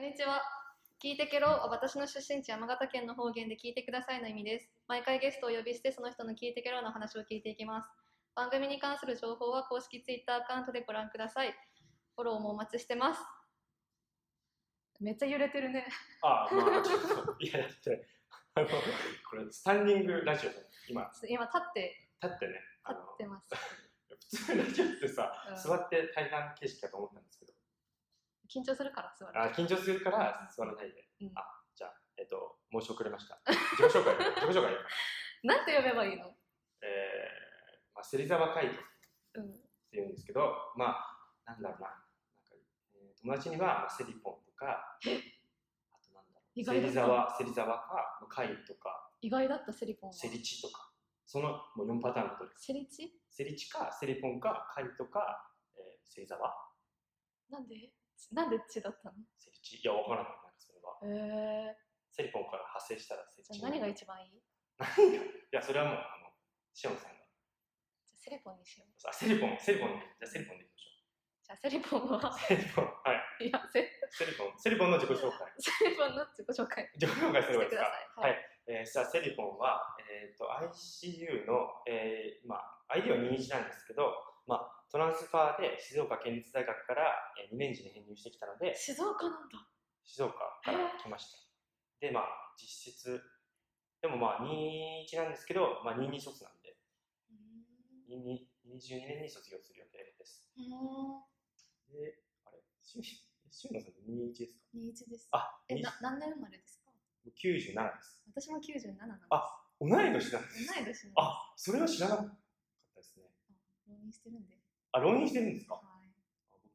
にちは。聞いてけろは私の出身地山形県の方言で聞いてくださいの意味です。毎回ゲストをお呼びしてその人の聞いてけろの話を聞いていきます。番組に関する情報は公式ツイッターアカウントでご覧ください。フォローもお待ちしてます。めっちゃ揺れてるね。ああ、 まあ、ちょっと、いや、だって、あの、これ、スタンディングラジオだ今、今立って、立ってね、あ立のっ、てます。普通ラジオってさ、うん座って対談形式かと思ったんですけど、緊張するから座る。あ緊張するから座らないで、うんあ、じゃあ、えっと、申し遅れました。自己紹介、 自己紹介、なんて呼べばいいのえー、まあ、芹沢海人っうん。ていうんですけど、まあ、なんだろうな、なんか、えー友達には、まあ、セリポンとか、あとなんだろう、意外だ芹な沢、芹沢か、まあ海とか、意外だったセリポンは。セリチとか、そのもう4パターンのとりセリチセリチか、セリポンか、カイトか、えー、セイザワなんでなんでチだったのセリチいや、わからない。なんかそれは。えセリポンから派生したらセリー、チ。じゃあ何がい一番いいじゃや、それはもう、あの、シオンさんが。あセリポンにしよう。あ、セリポン、セリポンで、じゃあセリポンでいきましょじゃあセリポンはう。、セリポン、はい。いや、セセリポン、セリポンの自己紹介。 セリポンの自己紹介自己紹介すしればいてくいですだか。さい。はいえー、さあ、セリポンは、えっ、と、ICU の、えー、まあ、ID は21なんですけど、まあ、トランスファーで静岡県立大学から、えー、2年次に編入してきたので、静岡なんだ。静岡から来ました。で、まあ、実質、でもまあ、21なんですけど、まあ、22卒なんで、22 22年に卒業する予定です。うーん。で、あれ、しゅしゅんのさんって21ですか二一です。あ、え、にな何年生まれですか97です。私も97なんです。あ同い年なんです。同い年なんです。あ、それは知らなかったですね。浪人してるんで。あ、浪人してるんですかはい。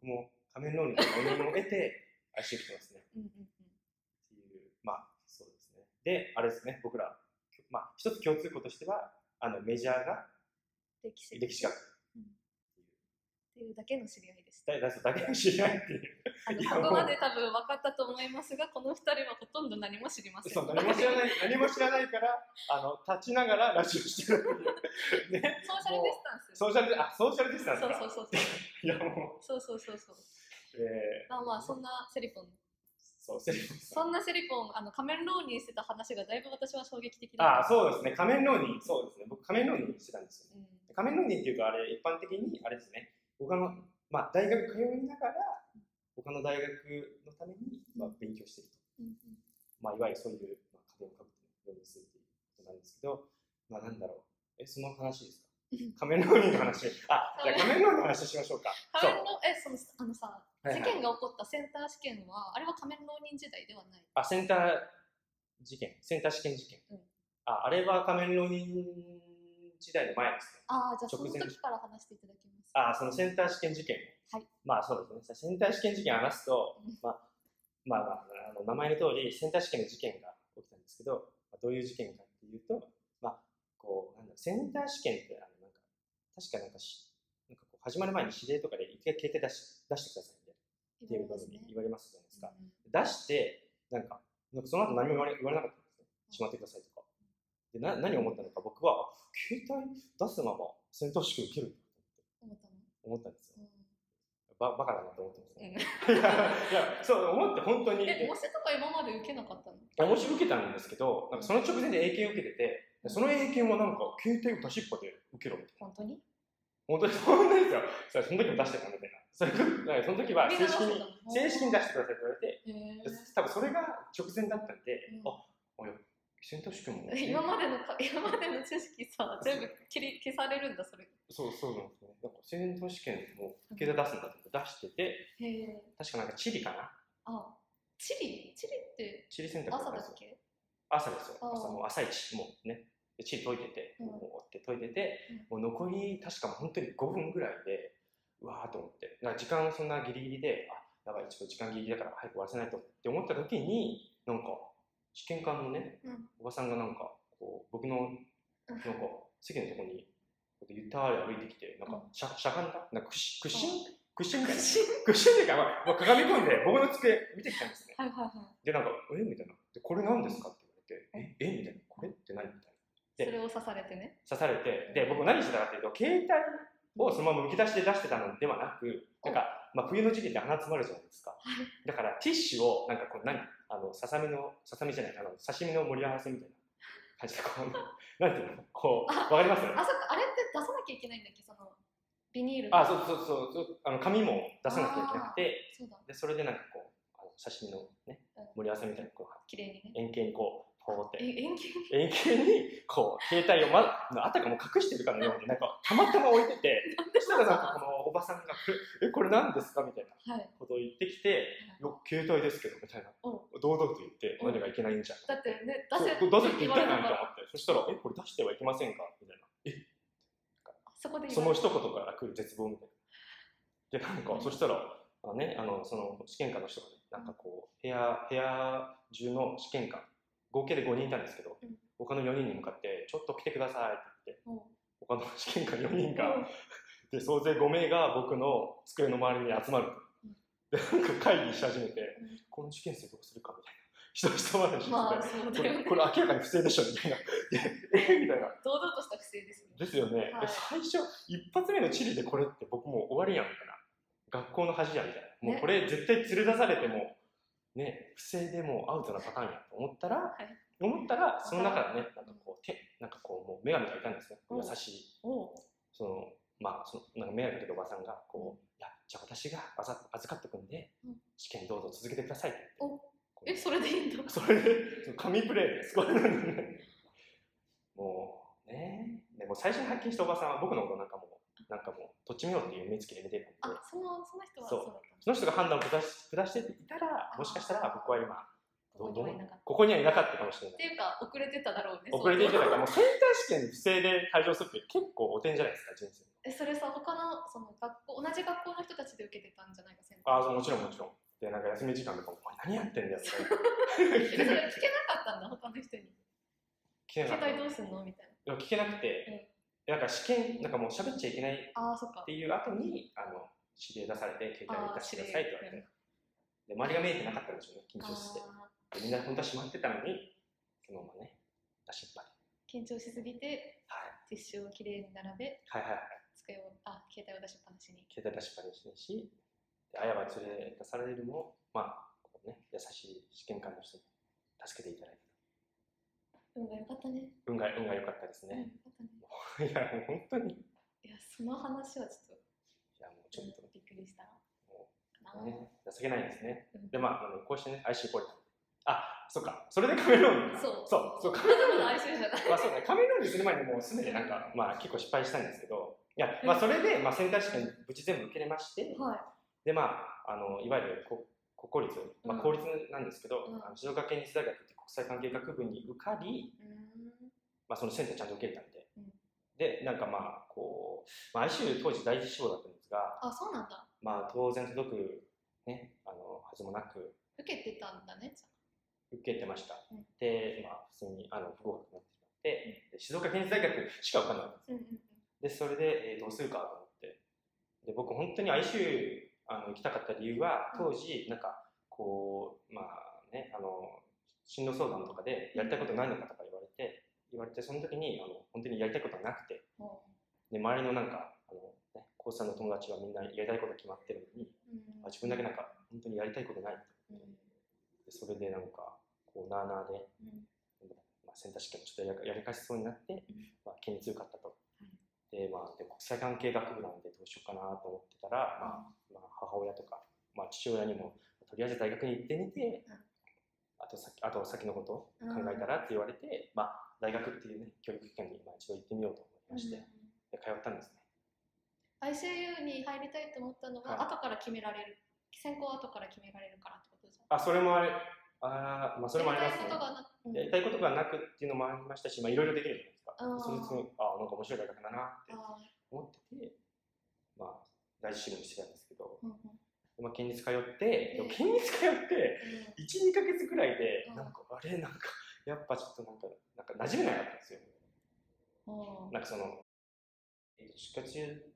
僕も仮面浪人の浪人を得て、足をしてますね。うんうんうん。っていう、まあ、そうですね。で、あれですね、僕ら、まあ、一つ共通項としては、あの、メジャーが歴史。歴史学。っていうだけの知り合いです。だだだけの知り合いっていう。あのいやここまで多分分かったと思いますが、この二人はほとんど何も知りません。そう、何も知らない、何も知らないから、あの、立ちながらラジオしてるっていう。ね。ソーシャルディスタンス。ソーシャルディ、あ、ソーシャルディスタンスそうか。そうそういや、もう、そう。そうそうそうそう。えー、まあまあ、そんなセリポン。そう、セリフ。そんなセリポン、あの仮面浪人してた話がだいぶ私は衝撃的だああ、そうですね。仮面浪人、そうですね。僕、仮面浪人してたんですよね。う。うん。仮面浪人っていうと、あれ、一般的に、あれですね、他の、まあ、大学通いながら、他の大学のために、まあ、勉強してると。うんうんまあ、いわゆるそういう、まあ、壁をかぶって浪人するということなんですけど、まあ、なんだろう。え、その話ですか仮面浪人の話。あ、じゃあ仮面浪人の話しましょうか。仮面の、え、その、あのさ、はいはい事件が起こったセンター試験は、あれは仮面浪人時代ではない。あ、センター事件、センター試験事件。うんあ、あれは仮面浪人時代の前ですね。ああ、じゃあそ直の前時から話していただきます。あ、そのセンター試験事件。はいまあそうですね。センター試験事件話すとうん、まあ、まあ、まあ、あの名前の通り、センター試験の事件が起きたんですけど、まあ、どういう事件かっていうと、まあ、こう、なんだろうセンター試験って、あの、なんか、確かなんかし、なんかこう始まる前に指令とかで一回携帯出し出してくださいみいたいな、ろいっていうころとですにね言われますじゃないですか。うん出して、なんか、なんかその後何も言われ言われなかったんですね。しまってくださいとか。でな何を思ったのか、僕は、あ携帯出すまま戦闘試験受けるって思ったの思ったんですよ。うばバカだなと思ってますんね。い や、いやそう、思って本当に。え、で模試とか今まで受けなかったの模試受けたんですけど、なんかその直前で英検受けてて、その英検はなんか、携帯を出しっぱで受けろみたいな。本当に本当に、本当ですよ。それその時も出してたみたいな。それだからその時はみん正な出し式てに、正式に出してくださいって言われて、たの多分それが直前だったんで、うんああいや選択肢もへー今までのか、今までの知識さ、全部切り消されるんだ、それ。そうそうなんですねなんか選択試験も受け出すんだと思って出しててへえ。確かなんかチリかなあ、チリチリってチリ選択だ朝ったんだでっすよけ朝ですよあー朝もう朝一もうねでチリ解いてて、うんもう追って解いてて、もう残り確か本当に5分ぐらいでうわーと思ってなんか時間そんなギリギリであやばいちょっと時間ギリギリだから早く終わらせないとって思った時になんか試験官のねうん。おばさんがなんかこう僕のなんか席のとこにこうゆったり歩いてきてなんかしゃしゃがんだなんか屈屈伸屈伸みたいな屈伸っていうか、まあ、まあ、鏡込んで僕の机見てきたんですねはいはいは。でなんか「えみたいな「でこれ何ですか?」って言われて「ええみたいな「これって何?」みたいないそれを刺されてね。刺されてで僕何してたかっていうと携帯をそのままむき出しで出してたのではなく、なんか、まあ、冬の時期って鼻詰まるじゃないですか。だからティッシュを、なんかこう、何あの、ささみの、ささみじゃない、あの、刺身の盛り合わせみたいな感じで、こう、なんていうのこう、わかりますあ、そっか、あれって出さなきゃいけないんだっけ、その、ビニールのあ、そうそうそうそう、あの、紙も出さなきゃいけなくて、そうだ、で、それでなんかこう、あの刺身のねうん、盛り合わせみたいな、こ綺麗にう、ね。円形にこう、ポーってえ、円形円形にこう携帯を、ま、 あたかも隠してるかのようになんかたまたま置いて てそしたらなんかこのおばさんが「えこれ何ですか?」みたいなに。はい。ことを言ってきて「よ携帯ですけど」みたいなうん堂々と言ってうん何がいけないんじゃんだってね、そう出せ出せって言言っわれたかたよなと思ら、ってそしたら「えこれ出してはいけませんか?」みたいなそこでそ言わのれ一た。言から来る絶望みたいなでなんかそしたらあのねあのその試験官の人がねなんかこう部屋部屋中の試験官合計で5人いたんですけど、うん他の4人に向かって「ちょっと来てください」って言って。うん他の試験官4人うが、んで、総勢5名が僕の机の周りに集まるうん。で、なんか会議し始めてん、この受験生どうするかみたいな。人々話して、まあ、そうこだよれね。これ明らかに不正でしょみたいな。でえみたいな。堂々とした不正ですね。ですよね。はいで最初、一発目の地理でこれって僕もう終わりやんみたいな。学校の恥やみたいな。もうねこれ絶対連れ出されても、ね、不正でもうアウトなパターンやと思ったら、い思ったら、その中でね、なんかこう手、なんかこうもう女神がいたんですね。うん優しい。おうそのまあそのなんか迷惑かけたおばさんがこう、いやじゃあ私があざ預かってくんで、うん試験どうぞ続けてくださいって言っておえ、それでいいんだ。それでその神プレイですこれもうねでも最初に発見したおばさんは僕のことなんかもうなんかもうとっちみようっていう目つきで見てたんであ、その、その人はそそううだったんだその人が判断を下し下していたらもしかしたら僕は今ここにはいなかった。っここにはいなかったかもしれないていうか、遅れてただろうね。遅れてい相た当だからもうセンター試験に不正で退場するって結構お点じゃないですか人生え、それさ、他の、その学校、同じ学校の人たちで受けてたんじゃないか、先ああ、もちろんもちろん。で、なんか休み時間とかも、お前何やってんだえ よ、みそれたい聞けななかったんだ、他の人に。聞けなかった携い帯どうすんのみたいや聞けなくて、なんか試験、なんかもう喋っちゃいけないっな。ああ、そっかて。いう後に、あの、指令出されて、携帯を出してくださいって言われて。で、周りが見えてなかったんでしょうね、緊あ張してあて。でみんな本当は閉まってたのに、そのままね、出しっぱで。ー、緊張しすぎて、はティッシュをきれいに並べ、い。はいはいはい。机を、あ、携帯を出しっぱなしに。携帯出しっぱにしてるし、で、あやば連れ出されるも、まあ、こうね、優しい試験官の人に助けていただいて。運が良かったね。運が、運が良かったですうん、良ね。かったね。 いや、もう本当に。いいや、その話はちょっと、や、もうちょっと。びっくりしたな。もかなね、情けないですね。うんで、まあ、あのこうしてね、IC ポリタン。あ、そっか、それでカメロンに。そう。そう、そう、カメまだロンまに。だ哀愁じゃない。まあ、そうだね、カメロンにする前にもうすでになんか、まあ、結構失敗したんですけど、いや、まあ、それで、まあ、センター試験無事全部受けれまして、はい。で、まあ、あの、いわゆるこ国公立、まあ、うん公立なんですけど、うんあの静岡県立大学って国際関係学部に受かり、うーん。まあ、そのセンターちゃんと受けれたんで、うんで、なんかまあ、こう、まあ、ICU 当時第一志望だったんですが、あ、そうなんだ。まあ、当然届く、ね、あの、はずもなく、受けてたんだね。じゃ受けてました。うんで、まあ、普通にあの不合格になってしまって、で静岡県立大学しか受かんなかったんあうんうんうん。です。で、それで、えーどうするかと思って。で、僕、本当に ICU あの行きたかった理由は、う当時、なんか、こう、まあね、あの、進路相談とかで、やりたいことないのかとか言われて、言われて、その時に、あの、本当にやりたいことはなくて、もで、周りのなんか、あの、ね、高3の友達はみんなやりたいこと決まってるのに、う。うんまあ、自分だけなんか、本当にやりたいことない。うんでそれで、なんか、こう、なあなあで、うんまあ、センター試験もちょっとやりやり返しそうになって、んまあ、県立受かったと。いで、まあ、でも国際関係学部なんでどうしようかなと思ってたら、まあ、まあ、母親とか、まあ、父親にも、とりあえず大学に行ってみて、うんあと先、あと先のことを考えたらって言われて、まあ、大学っていうね、教育機関にまあ一度行ってみようと思いまして、うんで通ったんですね。 ICU に入りたいと思ったのは、はい後から決められる選考は後から決められるからってことじゃんあ、それもあれ、あーまあ、それもありますねやりたいこと。がなうんやりたいことがなくっていうのもありましたし、まあ、いろいろできるじゃないですか。うそんれで、ああ、なんか面白い大学だなってあ思ってて、まあ、第一志望にしてたんですけど、ーうんうんまあ、県立通って、でもええ県立通って、う1、2ヶ月くらいでう、んなんか、あれ、なんか、やっぱちょっとなんか、なんか馴染めなかったんですよ。んなんかその、えっ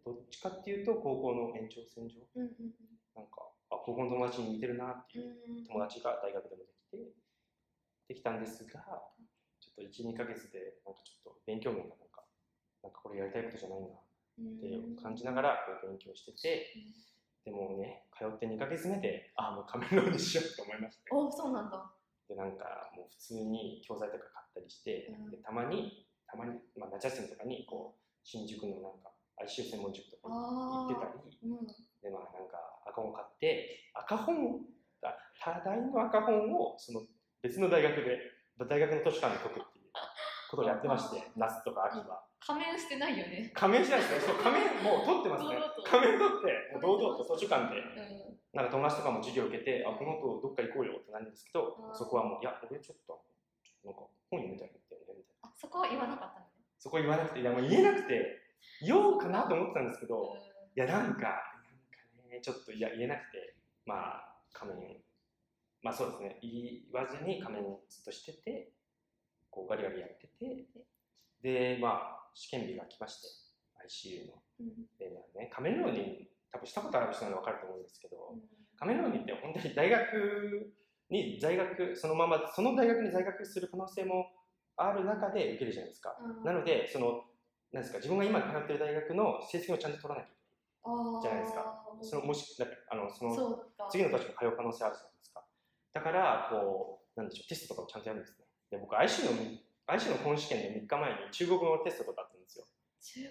とどっちかっていうどっちかっていうと、高校の延長線上、うんうんうんなんか、あ、高校の友達に似てるなっていううん友達が大学でもできて、できたんですが、ちょっと1、2ヶ月で、なんかちょっと勉強面がなんか、なんかこれやりたいことじゃないな、っていう感じながらこう勉強してて、でもうね、通って2ヶ月目で、ああ、もうカメラにしようと思いましたおそうなんだ。で、なんかもう普通に教材とか買ったりして、うんでたまに、たまに、まあ、夏休みとかにこう新宿のなんか ICU 専門塾とかに行ってたり、うん。で、まあなんか赤本買って、赤本、あ多大の赤本をその別の大学で、大学の図書館で解くっていうことをやってまして、夏とか秋は。仮面してないよね。仮面しないですね。そう仮面もう取ってますね堂々と。仮面取って、もう堂々と図書館でう、ん。なんか友達とかも授業受けて、あ、この子どっか行こうよってなるんですけどう、んそこはもう、いや、俺ちょっと、ちょっとなんか本読みたいんだよね、みたいな。あそこは言わなかったのね。そこ言わなくて、いや、もう言えなくて、言おうかなと思ってたんですけど、ういや、なんか、なんかね、ちょっといや言えなくて、まあ、仮面、まあそうですね、言わずに仮面ずっとしてて、こうガリガリやってて、で、まあ、試験日が来まして、ICU の。んうんで、まあね、仮面浪人、多分したことある人ならわかると思うんですけど、うん仮面浪人って本当に大学に在学、そのまま、その大学に在学する可能性もある中で受けるじゃないですか。うんなので、その、なんですか、自分が今通ってる大学の成績をちゃんと取らなきゃいけない。じゃないですか。あーそのもし、だあのそそのうか。次の年も通う可能性あるじゃないですか。だから、こう、なんでしょう、テストとかをちゃんとやるんですね。で、僕、IC の、IC の本試験の3日前に中国語のテストとかあったんですよ。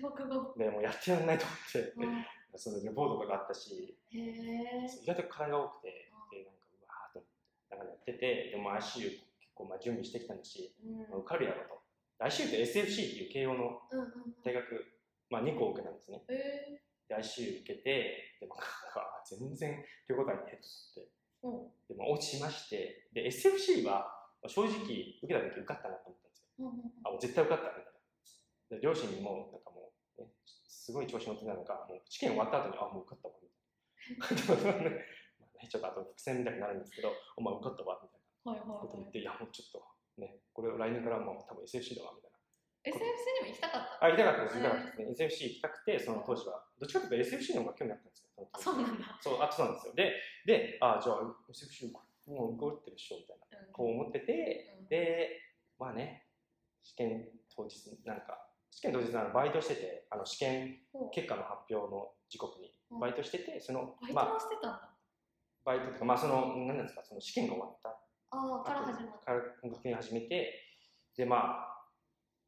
中国語。で、もうやってやんないと思って、うんそのレポートとかあったし、へえ。意外と課題が多くて、で、なんか、うわーっと、なんかやってて、でも ICU 結構まあ準備してきたんだし、うん。まあ受かるやろと。ICU って SFC っていう慶応のうんうん。大学、まあ2個受けたんですね。えで、ICU 受けて、でも、なんか全然手応えねえと思って。ー。うん。でも落ちまして、で、SFC は正直受けた時受かったなと思ったんですよ。うんうんうんあ、もう絶対受かったみたいな。で、両親にも、なんかもう、ね、すごい調子乗ってたのか、もう試験終わった後に、あ、もう受かったわ、みたいな。ことなん でまあね、ちょっとあと伏線みたいになるんですけど、お前受かったわ、みたいはいはいなことは言っい。て、いや、もうちょっと、ね、これを来年からはもう多分 SFC だわ、みたいな。 SFC にも行きたかった。あ、行きたかったです、行きたかったですね。SFC 行きたくて、その当時は、どっちかというと SFC の方が興味あったんですよ。あ、そうなんだ。そう、あ、そうなんですよ。で、で、あ、じゃあ SFC もう受かってるっしょ、みたいな。うんこう思ってて、うんで、まあね、試験当日、なんか、試験当日なのバイトしてて、あの試験ほう結果の発表の時刻にうんバイトしてて、その、バイトまもあ、してたんだ。バイトとか、まあ、その、何なんですか、その試験が終わったああ、から始まっから本格的に始めて、で、まあ、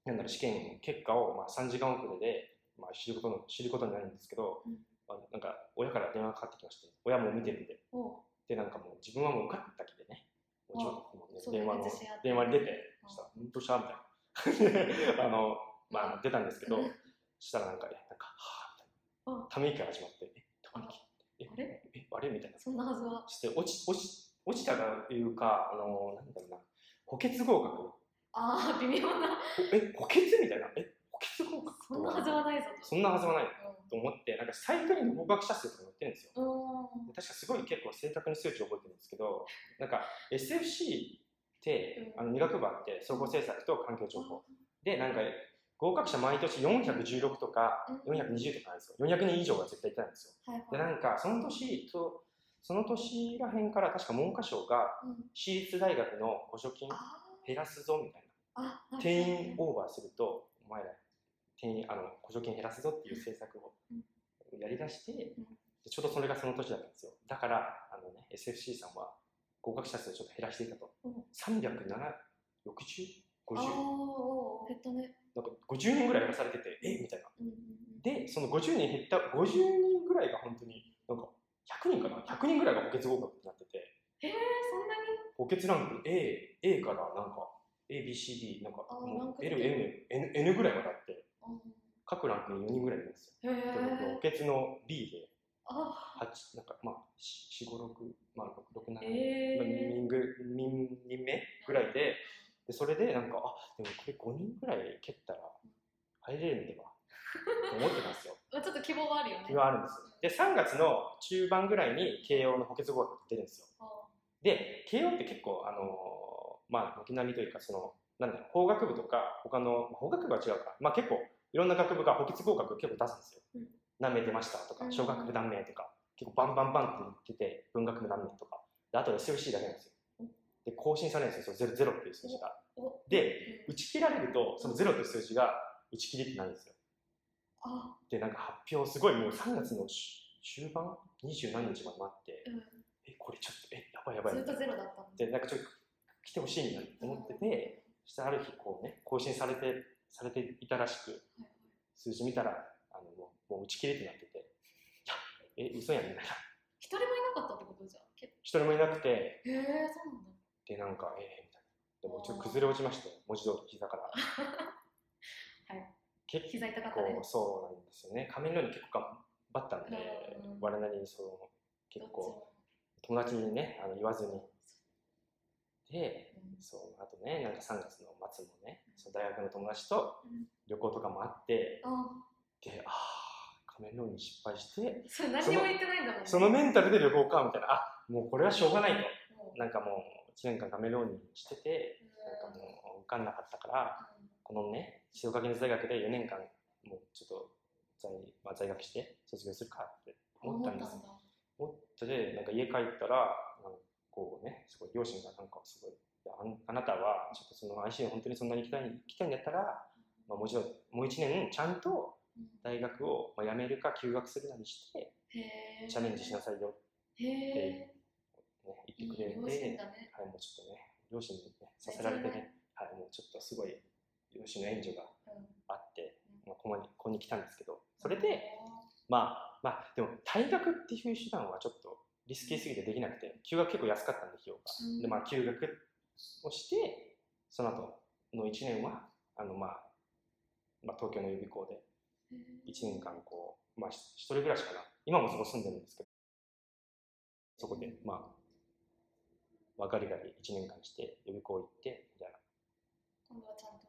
なんだろう、試験結果を、まあ、3時間遅れで、まあ、知ることの知ることになるんですけど、うんまあ、なんか、親から電話がかかってきまして、親も見てるんで、た。ほで、なんかもう自分はもう受かった気でね、もちろんもうねそう電話の自信あって電話に出て、うんそしたら、うん、どうし たみたいな。あの、うまあ、出たんですけどうん、したらなんか、えなんか、はぁ、みたいうな。んため息が始まって、え、ため息、あれえ、えあれみたいな。そんなはずは。そして、落ち、落ち、落ちたというか、あの、なんだろうな、補欠合格。ほああ、微妙な。え、補欠みたいな。え、補欠合格そんなはずはないぞそんなはずはないと。と思って、なんか最下位の合格者数とか載ってるんですよ。うん。うん。確かすごい結構正確に数値を覚えてるんですけど、なんか SFC って、うんあの2学部あって、総合政策と環境情報。で、なんか合格者毎年416とかうん420とかなんですよ。400人以上は絶対いたんですよ。はいで、はい。なんかその年と、その年らへんから確か文科省がうん私立大学の補助金あ減らすぞみたいな。あ、あ、なるほど定員オーバーすると、お前ら定員あの補助金減らすぞっていう政策をうんやりだして、でうんちょうどそれがその年だったんですよ。だから、あのね、SFC さんは合格者数をちょっと減らしていたと。うん307、60?50? あなんかあ、減ったね。 50人ぐらい減らされてて、えみたいな。うんうんで、その50人減った、50人ぐらいが本当に、なんか100人かな ?100 人ぐらいが補欠合格になってて、えー、そんなに補欠ランク A、A からなんか A、B、C、D、なんかあーランもクう出て L、る M、N, N ぐらいまであって、う各ランクに4人ぐらいいるんですよ。んへでえ。補欠の B で、あ、 8、なんかまあ、4、5、6、まあ、6、6、7、えまあ、え。人ぐ人人目ぐらいで、で、それでなんか、あ、でもこれ5人ぐらい蹴ったら入れるんだわ、と思ってたんですよ。まあちょっと希望はあるよね。気はあるんですよ。で、3月の中盤ぐらいに慶応の補欠合格出るんですよ。あで、慶応って結構、あのーまあ、軒並みというか、その、なんだろう、法学部とか、他の、まあ法学部は違うか、まあ結構、いろんな学部が補欠合格結構出すんですよ。うん何名出ましたとうかん、小学部何名とか、結構バンバンバンって言ってて、文学部何名とか、であと SFC だけなんですうよん。で、更新されるんですよ、ゼロゼロっていう数字が。お、で、打ち切られると、そのゼロっていう数字が打ち切りってなるんですよ。あ、で、なんか発表、すごいもう3月のし終盤、二十何日まで待って、うん。え、これちょっと、え、やばいやばいずみったいとな。ゼロだったの。で、なんかちょっと来てほしいなと思ってて、そしたらある日、こうね、更新されて、されていたらしく、はい数字見たら、あのもうもう打ち切れってなってて、いや、え、嘘やんみたいな。一人もいなかったってことじゃん。けへ一人もいなくて、え、そうなんだ。で、なんか、えー、みたいな。でも、ちょっと崩れ落ちまして、文字通り膝から。 はい。結膝痛かった構ね。そうなんですよね。仮面のように結構頑張ったんでうん、我なりにその結構友達にねあの言わずに。どっちも。うんで、そうあとねなんか3月の末もね、その大学の友達とうん旅行とかもあって、あ、であー仮面のように失敗して、それ何にも言ってないんだもんね。そのメンタルで旅行かみたいなあもうこれはしょうがないもうとなんかもう1年間仮面のようにしてて、なんかうんもう受かんなかったから。うんこのね、静岡県立大学で4年間、もうちょっと在,、まあ、在学して卒業するかって思ったんでだ。す。思って、なんか家帰ったら、なんかこうね、すごい両親がなんかすごい、いやあんあなたはちょっとその IC 本当にそんなに行きたい行きたいんだったら、まあ、もちろんもう1年ちゃんとうん大学をまあ辞めるか休学するなりして、へえ。チャレンジしなさいよへえ。って、ね、い言いって両くれて、親だね。はい、もうちょっとね、両親に、ね、させられてね、はい、もうちょっとすごい両親の援助がうん。あって、まあ、ここにここに来たんですけどそれでまあまあでも退学っていう手段はちょっとリスキーすぎてできなくて休学結構安かったんで費用が、うんでまあ休学をしてその後の1年はあの、まあ、まあ東京の予備校でへえ、 1年間こう、まあ、ひ一人暮らしかな今もそこ住んでるんですけどそこでまあ分かりがり1年間して予備校行ってみたいな今度はちゃんと。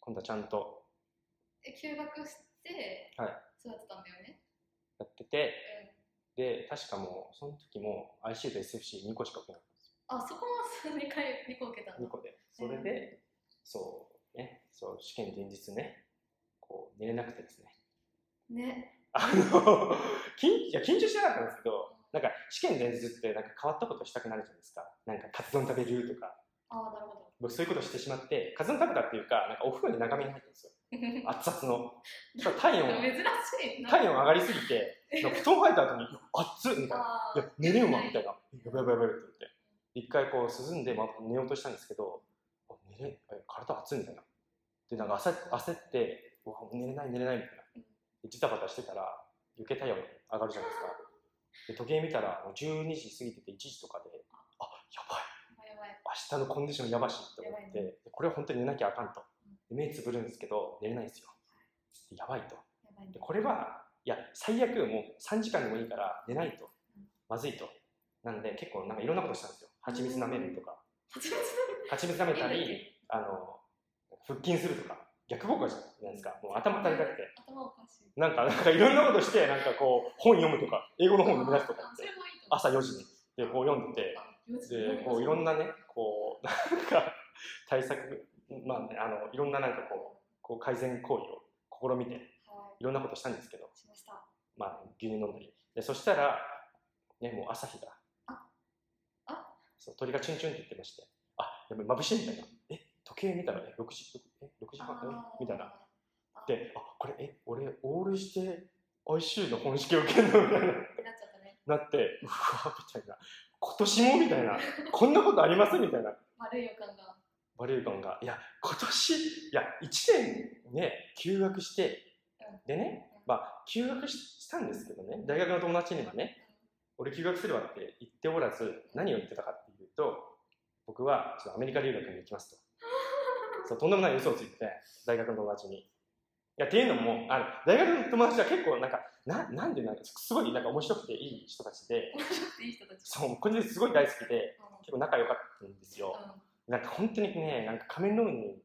今度はちゃんとえ、休学して、はい育てたんだよね。やっててうん。で、確かもう、その時も IC と SFC2 個しか受けなかったんですあ、そこも2回、2個受けたんだ。よ。2個で。それで、そう、ね、そう、試験前日ね、こう、寝れなくてですね。 ね。あの、緊いや緊張してなかったんですけど、なんか、試験前日って、なんか変わったことしたくなるじゃないですか。なんか、カツ丼食べるとか。ああ、なるほど。僕、そういうことしてしまって、カツ丼食べたっていうか、なんか、お風呂に長めに入ったんですよ。熱々の。そしたら体温、珍しいな。体温上がりすぎて、なんか布団入った後に、熱っみたいあな。いーや、寝れんわみたいな。やばいやばいやばいって言って。一回こう、涼んで、ま、寝ようとしたんですけど、あ寝れん、え体熱いみたいな。で、なんか焦っ焦って、うわ、寝れない寝れないみたいなうん。で、ジタバタしてたら、余計体温上がるじゃないですか。で、時計見たら、もう12時過ぎてて1時とかで、あ、やばい、やばいや明日のコンディションやばしって思やばっいて、ねでこれは本当に寝なきゃあかんとうん。で目つぶるんですけど、寝れないんですよ。でやばいと。ばい。でこれは、いや、最悪もう3時間でもいいから寝ないとうん、まずいと。なんで、結構なんかいろんなことしたんですよ。蜂蜜舐めるとか、初めて蜂蜜舐めたいいんだっり、あの、腹筋するとか、逆効果じゃないですか。もう頭足りなくて。頭おかしい。なんか、なんかいろんなことして、なんかこう、本読むとか、英語の本を読み出すとかあっそれて、もいいと思う。朝4時に。で、こう読んでて、あ四時で、こういろんなね、こう、 なんか、対策、まあね、あの、いろんななんかこう、こう改善行為を試みて、はいろんなことしたんですけど、い、しました。まあ、牛乳飲んだり。で、そしたら、ね、もう朝日が。ああそう、鳥がチュンチュンって言ってまして、あ、やっぱ眩しいみたいな。え、時計見たら、え、6時、え、6時半あえーみたいな。。あーで、あ、これ、え、俺、オールして、IC の本式を受けるのみたいな。なっちゃったね。なって、うわ、みたいな。今年もみたいな。こんなことありますみたいな。悪い予感が。バリューガンが、いや、今年、いや、1年ね、休学してうん、でねうん、まあ、休学ししたんですけどね、大学の友達にはね、俺休学するわって言っておらず何を言ってたかっていうと僕はちょっとアメリカ留学に行きますとそうとんでもない嘘をついてて大学の友達にいやっていうのもあの大学の友達は結構なんかななんでなんかすごいなんか面白くていい人たちで面白くていい人たち。そうこれですごい大好きでうん結構仲良かったんですようんなんか本当にねなんか仮面ローに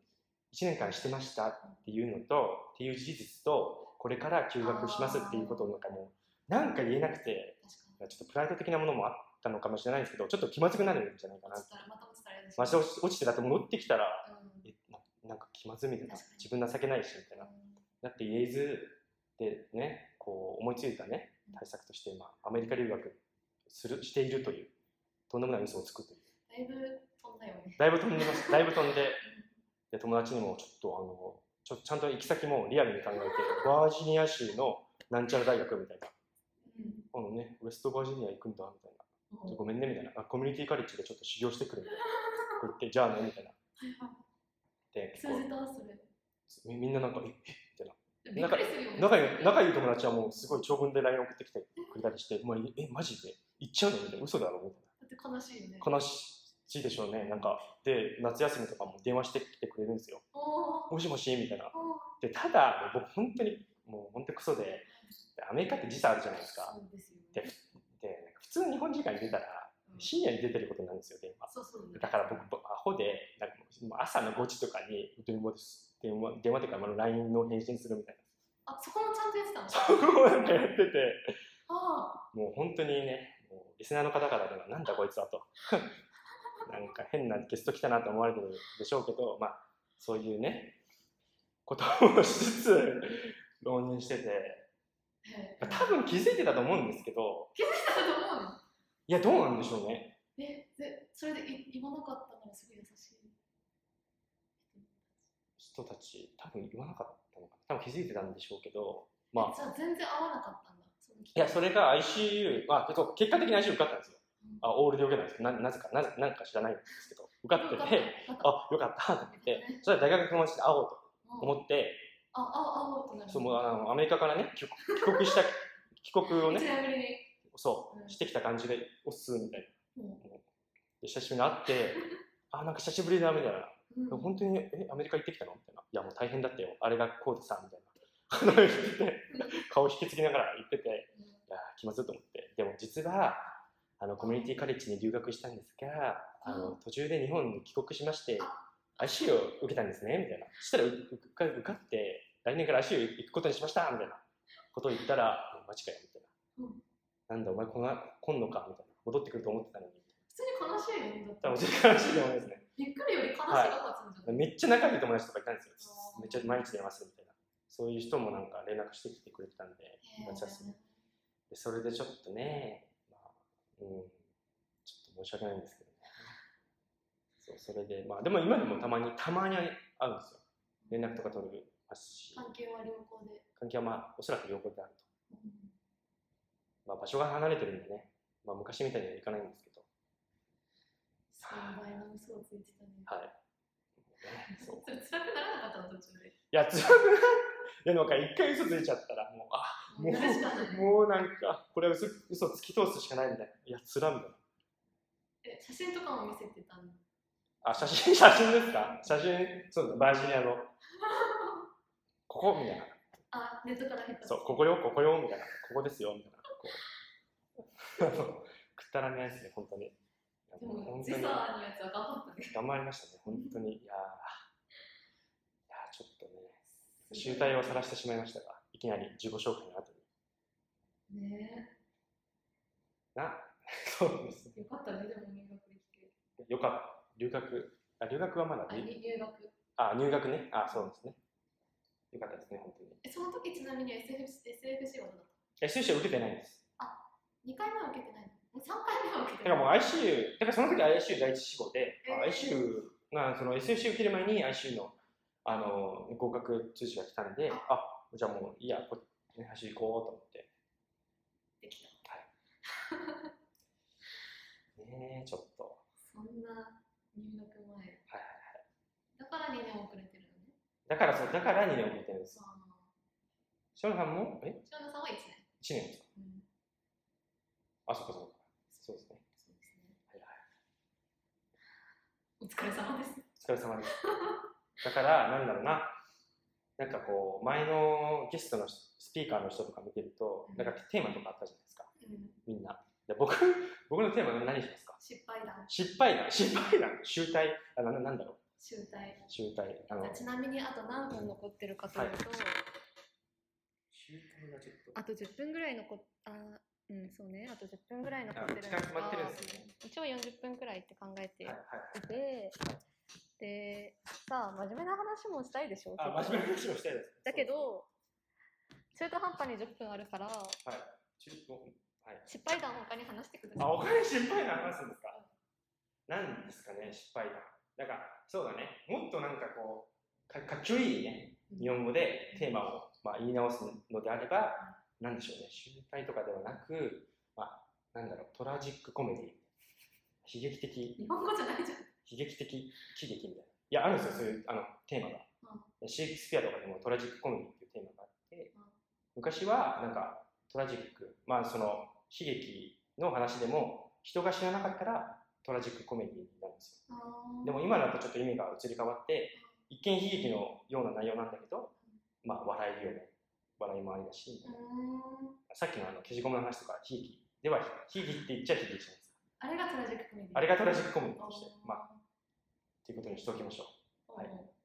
1年間してましたっていうのとっていう事実とこれから休学しますっていうことをなんかもうなんか言えなくて確かに。ちょっとプライド的なものもあったのかもしれないんですけど、ちょっと気まずくなるんじゃないかな落。ちたらまた落ちたらやだしまして落ち落ちてだって戻ってきたら、うんえななんか気まずいみたいな確か、に自分情けないしみたいな。うだって言えずでね、こう思いついたねうん、対策として、まあ、アメリカ留学するしているという、とんでもない嘘をつくといんう。だいぶ飛んだよね。 だいぶ飛んでます、だいぶ飛んで、で友達にもちょっとあの、ちょちゃんと行き先もリアルに考えて、バージニア州のなんちゃら大学みたいな、あのね、ウェストバージニア行くんだみたいな、ちょごめんねみたいなあ、コミュニティカレッジでちょっと修行してくるみたいな、こう言って、じゃあねみたいな。で結通構じたそれ。みみんななんか、ええびっくりするよね。仲良い仲良い友達はもうすごい長文で LINE 送ってきてくれたりして、まあ、え、マジで行っちゃうのみたいな、嘘だろみたいな。だって悲しいよね。悲しいでしょうね。なんか、で、夏休みとかも電話してきてくれるんですよ。おおもしもしみたいな。ー。おーで、ただ、僕本当に、もう本当クソで、でアメリカって時差あるじゃないですか。そうですよね。で、でなんか普通日本時間に出たら、うん深夜に出てることになるんですよ、電話。そうそうね。だから僕、アホで、なんかもう朝の5時とかに電話です。電話、電話というか、まあ LINE の返信するみた いあ、そこもちゃんとやってたの。な。僕もなんかやってて、あもう本当にね、もうリスナーの方々では、なんだこいつはと、 なんか変なゲスト来たなと思われてるでしょうけど、まあ、そういうね、ことをしつつ、浪人してて、ーへまあ 多分気づいてたと思うんですけど、ーだと思うの。いや、どうなんでしょうね。え、で、それでい言わなかったからすごい優しい。人たち、多分言わなかったのかな。多分気づいてたんでしょうけど、まあ、じゃあ全然合わなかったんだ。そのいや、それが ICU、まあ、そう結果的に ICU 受かったんですよ。うんあ、オールで受けたんですけど、ななぜか、なぜなんか知らないんですけど、受かってて、よかった、あ、よかったと思って、それは大学の友達で会おうと思思って、あ、あ、あ、おうとなる。そうもうあのアメリカからね帰国帰国した 帰国を一ね年ぶりに。そううんしてきた感じでおっすみたいなもで久しぶりに会ってあなんか久しぶりだみたいなううん本当にえアメリカ行ってきたのみたいないやもう大変だってよあれがこうでさみたいな話して顔引きつきながら言ってていやー気まずいと思ってでも実はあのコミュニティカレッジに留学したんですがあのうん途中で日本に帰国しまして ICU を受けたんですねみたいなそしたらうう受か受かって来年から ICU 行くことにしましたみたいなことを言ったらえマジかよみたいな、うんなんだお前こんな来んのかみたいな戻ってくると思ってたのに普通に悲しいよね。多だっ分てちょっと悲しいと思いますねびっくりより悲しいが勝つんじゃないめっちゃ仲いい友達とかいたんですよあーめっちゃ毎日電話するみたいなそういう人もなんか連絡してきてくれてたんでへー夏休みでそれでちょっとね、まあうん、ちょっと申し訳ないんですけどねそうそれでまあでも今でもたまにたまに会うんですよ連絡とか取るますし関係は良好で。関係はまあおそらく良好であると、うんまあ、場所が離れてるんでね、まあ、昔みたいにはいかないんですけどすごいお前の嘘をついてたね。はい、ねそうそれ 辛くならなかったの途中で。いや辛くないいやなんか一回嘘ついちゃったらもうあ もうやるしかないもうなんかこれは嘘嘘つき通すしかないみたいないや辛みたいなえ、写真とかも見せてたの。あ写真写真ですか写真そうだバージニアのここみたいなあ、ネットから減った。そうここよここよみたいなここですよみたいなこうあのくったらないですね本当にいやでもうも、本時当差ににやつは頑張ったね。頑張りましたね本当にいやーいやーちょっとね集大を晒してしまいましたがいきなり自己紹介の後にねなそうですねえ、よかったね、でも入学できて。よかった。留学、あ留学はまだあ、ね、に留学。あ入学ね。あ、そうですね。よかったですね、本当に。え、その時ちなみに SFC, SFC はどうだったえ、修士は受けてないんです。 ?2 回目は受けてないのもう ?3 回目は受けてないだからもう ICU、だからその時 ICU 第一志望で、えー ICU が、その SFC 受ける前に ICU の、あの、合格通知が来たんで、あ、じゃあもういいや、こね、走り行こうと思って。できた。ねえ、ちょっと。そんな入学前。はいはいはい。だから2年遅れてるのね。だからそう、だから2年受けてるんですそよ。う。ショさんも、え千代田さんは1年。 ?1 年ですかうん。あ、そっかそっか。そうですね。そうですね。はいはい。お疲れ様です。お疲れ様です。だから、なんだろうな、なんかこう、前のゲストの人スピーカーの人とか見てると、なんかテーマとかあったじゃないですか、うん。みんな。で僕、 僕のテーマ何しますか失敗談、失敗談、失敗談、集大、あなななんだろ集大。う、集大。あの、じゃあちなみにあと何分残ってるかというと、集大がちょっあと10分ぐらい残っあうんそうねあと10分ぐらい残っあて時るん間です決まってるんがですよね。一応40分くらいって考えていはいはいて、でさあ真面目な話もしたいでしょはい。あ、真面目な話をしたいです。だけど中途半端に10分あるからそう、はい。中はい。失敗談を他に話してくださいあ、お金失敗談話すんですかなんですかね、失敗談。なんか、そうだね、もっとなんかこう、かかっちょいいね、日本語でテーマをまあ言い直すのであれば、なんでしょうね、集大とかではなく、まあ、なんだろう、トラジックコメディ、悲劇的、日本語じゃないじゃん。悲劇的喜劇みたいな。いや、あるんですよ、そういうあのテーマが。シェイクスピアとかでもトラジックコメディっていうテーマがあって、うん昔はなんかトラジック、まあその悲劇の話でも人が死ななかったらトラジックコメディになるんですよ。でも今だとちょっと意味が移り変わって、一見悲劇のような内容なんだけど、まあ笑えるよね。笑いもありだし、うーんさっきのあの消しゴムの話とか悲劇では悲劇って言っちゃ悲劇じゃないですか。あれがトラジックコメディ。あれがトラジックコメディとして、あーまあ、ということにしておきましょう。はいおー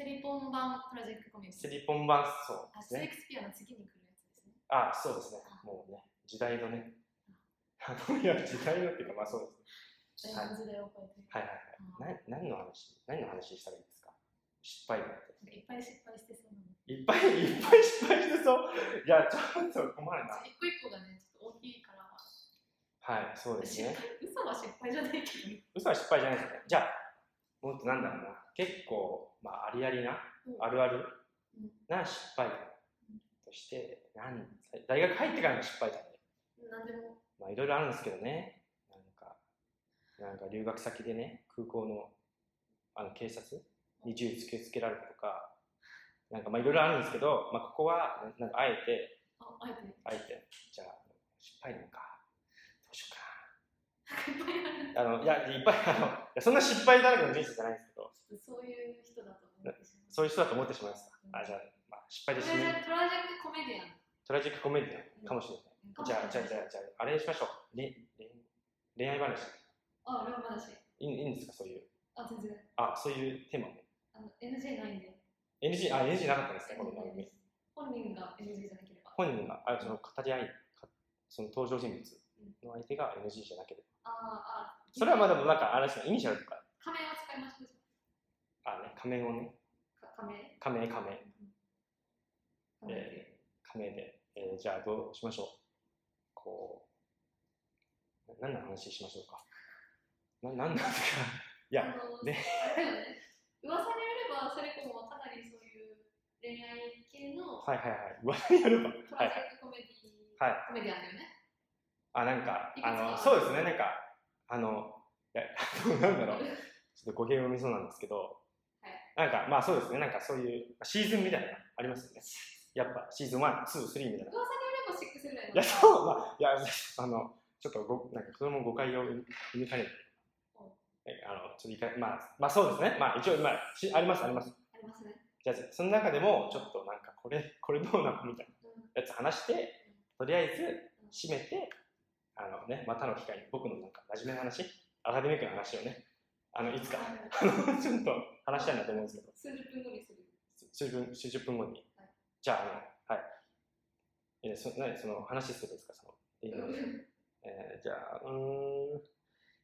セリポン版トラジックコメディ。セリポン版そうあでシすェイね。クスピアの次に来るやつですね。あ、そうですね。もうね、時代のね。 あのいや、時代のっていうか、まあそうですね。はい、大の時代を超えて。はい、はいはい。な何の話何の話したらいいですか失敗談っなて。んかいっぱい失敗してそうなの。いっ ぱいいっぱい失敗してそう。いや、ちょっと困るな。一個一個がね、ちょっと大きいから。はい、そうです失ね敗。嘘は失敗じゃないけど。嘘は失敗じゃないですね。じゃあ、もっとなんだろうな。結構、まあ、ありありな、うんあるあるうんな失敗談うんとして、なん大学入ってからの失敗談ね。なんでも。まあ、いろいろあるんですけどね。なんか、なんか留学先でね、空港の、あの、警察に銃突きつけられたとか、なんかまあいろいろあるんですけど、まあここは、なんかあえて、あ、あえて。あえて、じゃあ、失敗なんか、どうしよいっぱいあるうかな。あの、いや、いっぱい、あの、いやそんな失敗だらけの人生じゃないんですけど、そういう人だと思ってしまう。そういう人だと思ってしまいますうんあ、じゃあ、まあ、失敗でこ死れじゃぬ、トラジックコメディアン。トラジックコメディアンかもしれない。かもしじれゃなあ、いじゃあ、じゃあ、じゃあ、あれにしましょう。れれ恋愛話。あ、俺はまだし。いいいいんですか、そういう。あ、全然。あ、そういうテーマも。あの、NG ないんで。 NG、あ、NG なかったですね、この番組。本人が NG じゃなければ。本人が、あその語り合い、かその登場人物の相手が NG じゃなければ。ああ、あそれはまだ、なんか、あれですね、イニシャルとか、仮面を使いましょうじあ、ね、仮面をね、ゃん。か仮面。仮面、仮面。仮面えー、仮名で、えーじゃあどうしましょうこう何の話しましょうかな何なんですかいやあのねあれだよね噂によれば、それこもかなりそういう恋愛系のはいはいはい噂によればトはい ラジックコメディ、はいコメディアンだよね。あなんかいくつあかのそうですねなんかあのいや なんだろうちょっと語弊を生みそうなんですけど、なんかまあそうですねなんかそういうシーズンみたいなのありますよねやっぱシーズン123みたいな噂によれば6ぐらいいのやそうまあいやあのちょっとごなんかそれも誤解を生みかねてうんえあのちょっといかまあまあそうですねまあ一応まあしありますありますありますね。じゃあその中でもちょっとなんかこれこれどうなのみたいうんなやつ話してとりあえず締めてあのねまたの機会に僕のなんか真面目な話アカデミックな話をねあのいつかあのちょっと話したいなと思うんですけど数十分後にする。数十分数十分後にはいじゃああのはいえそ何その話するんですかそのえうんーえーじゃあうーん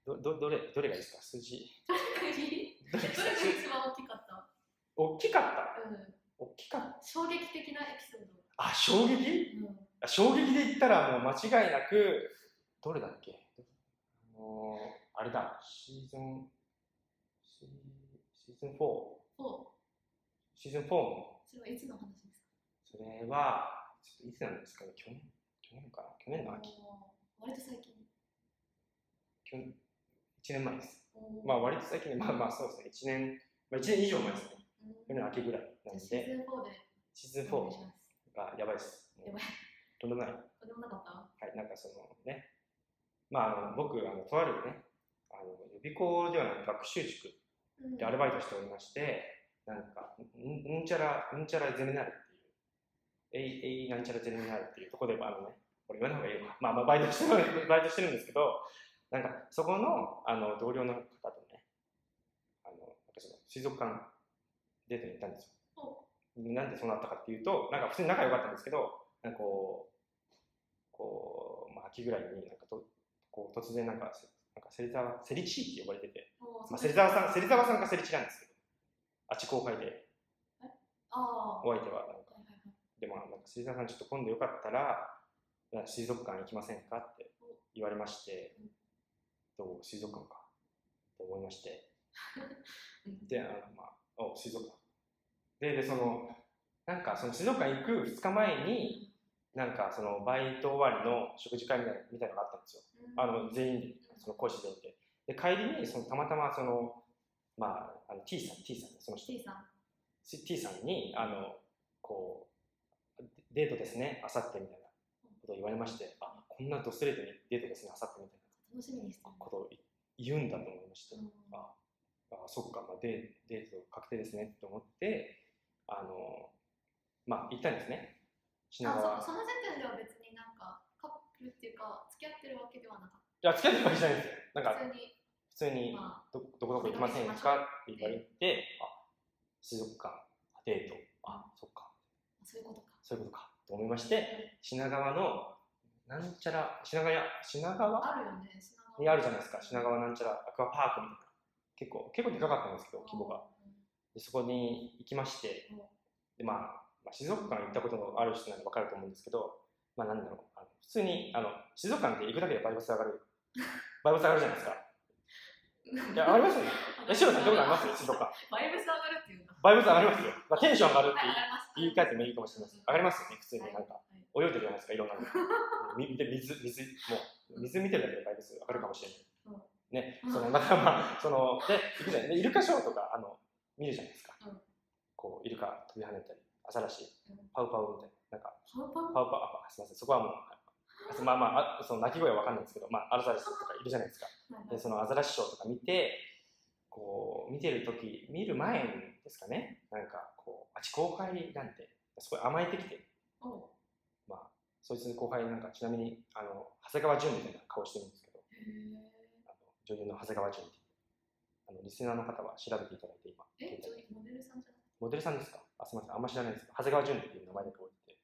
どどどれどれがいいですか数字どれが一番大きかった大きかったうん大きかった衝撃的なエピソード。あ衝撃うんあ衝撃で言ったらもう間違いなくどれだっけあのーあれだシーズンシーシーズン4ほシーズン4のう、それはいつの話ですかそれはちょっといつなんですかね去年去年かな去年の秋もう割と最近。去年1年前ですおーまあ割と最近でまあまあそうですね1年、まあ、1年以上前ですねうん去年の秋ぐらいなのじゃあシーでズン4でシーズンお願いし4ます。がやばいですもうやばいとんでもないこれもなかったはい、なんかそのね、まあ、あの僕、あのとあるね、あの予備校ではない学習塾うんでアルバイトしておりまして、なんか、んんちゃら、んちゃらゼミナールっていう、えい、えいなんちゃらゼミナールっていうところで、あのね、これ言わない方がいいのか、まあ、まあ、バイトしてる、 バイトしてるんですけど、なんか、そこの、あの、同僚の方とね、あの、私の水族館デートに行ったんですよ。ほなんでそうなったかっていうと、なんか普通に仲良かったんですけど、なんかこう、こう、まあ、秋ぐらいになんかとこう突然なんか、せなんかセリザワ、セリチーって呼ばれてて、うもうまあ、セリザワさん、セリザワさんかセリチなんですけど、あっち後輩で、ああ、はいお相手はなんか、はいはい。で、まあ、なんかセリザワさんちょっと今度よかったら、なんか水族館行きませんかって言われましてうん、どう水族館かって思いまして、うんで、あのまあ、お水族館で、で、その、なんかその静岡に行く2日前に、なんかそのバイト終わりの食事会みたいなみたいなのがあったんですよ。あの、全員で、その講師全員で。で、帰りに、そのたまたまその、まあ、あの T さん、T さん、その人、 T さん。 T さんに、あの、こう、デートですね、あさってみたいなことを言われまして、あ、こんなドストレートにデートですね、あさってみたい楽しみにしてなまことを言うんだと思いましてす。う、んああそっか、まあ、デデート確定ですねと思ってあのまあ行ったんですね品川あそその時点では別になんかカップルっていうか付き合ってるわけではなかっいや付き合ってるわけじゃないんですよなた普んか通に普通にまあどどこどこ行きませんかって言われてあ静岡かあデートあそっかそういうことかそういうことかと思いまして品川のなんちゃら品川や品川あるよね品川にあるじゃないですか品川なんちゃらアクアパークみたいな結構結構でかかったんですけど規模がでそこに行きましてうん、でまあ、まあ静岡に行ったことのある人なら分かると思うんですけど、まあ、なんだろうあの普通にあの静岡なんて行くだけでバイブス上がるバイブス上がるじゃないですか。いや、上がりますよね。え、しろさん、どうな ります静岡。バイブス上がるっていうのバイブス上がりますよ。まあ、テンション上がるっはてい上がります言い言い換えてもいいかもしれないです。上がりますよね、普通にはいなんか。はい泳いでるじゃないですか、いろんなの。み見て水、水、もう、水見てるだけでバイブス上がるかもしれない。ね、その、またまあ、その、で、行くじゃない。でイルカショーとか、あの、見るじゃないですかうん。こう、イルカ飛び跳ねたり、アザラシうん、パウパウみたいな。なんか、パンパンパウパウ、あ、すみません、そこはもう、あまあまあ、あその鳴き声はわかんないんですけど、まあ、アザラシとかいるじゃないですか。はいはで、いそのアザラシショーとか見て、こう、見てるとき、見る前にですかね、なんか、こう、あっち後輩なんて、すごい甘えてきて、おうまあ、そいつの後輩なんか、ちなみに、あの、長谷川淳みたいな顔してるんですけど、へーあの女優の長谷川淳っていうあの、リスナーの方は調べていただいて、今、えちょモデルさんじゃなモデルさんですかあ、すみません、あんま知らないですけど、長谷川淳っていう名前で覚えてて、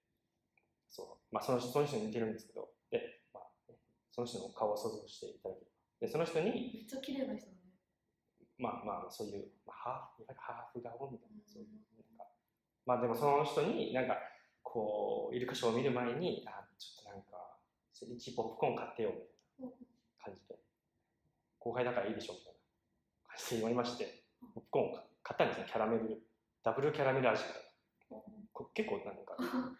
そう、まあ、その人その人に似てるんですけど、で、まあ、その人の顔を想像していただければ。で、その人に、いめっちゃ綺麗な人だねまあまあ、そういう、まあ、ハーフ、ハーフ顔みたいな、そういううん、なんか、まあでもその人に、なんか、こう、イルカショーを見る前に、あ、ちょっとなんか、1ポップコーン買ってよ、うんみたいうんな感じで、後輩だからいいでしょ、みたいな感じで言われまして、ポップコーンを買ったんですね、キャラメル、ダブルキャラメル味みたいな。こ結構なんか、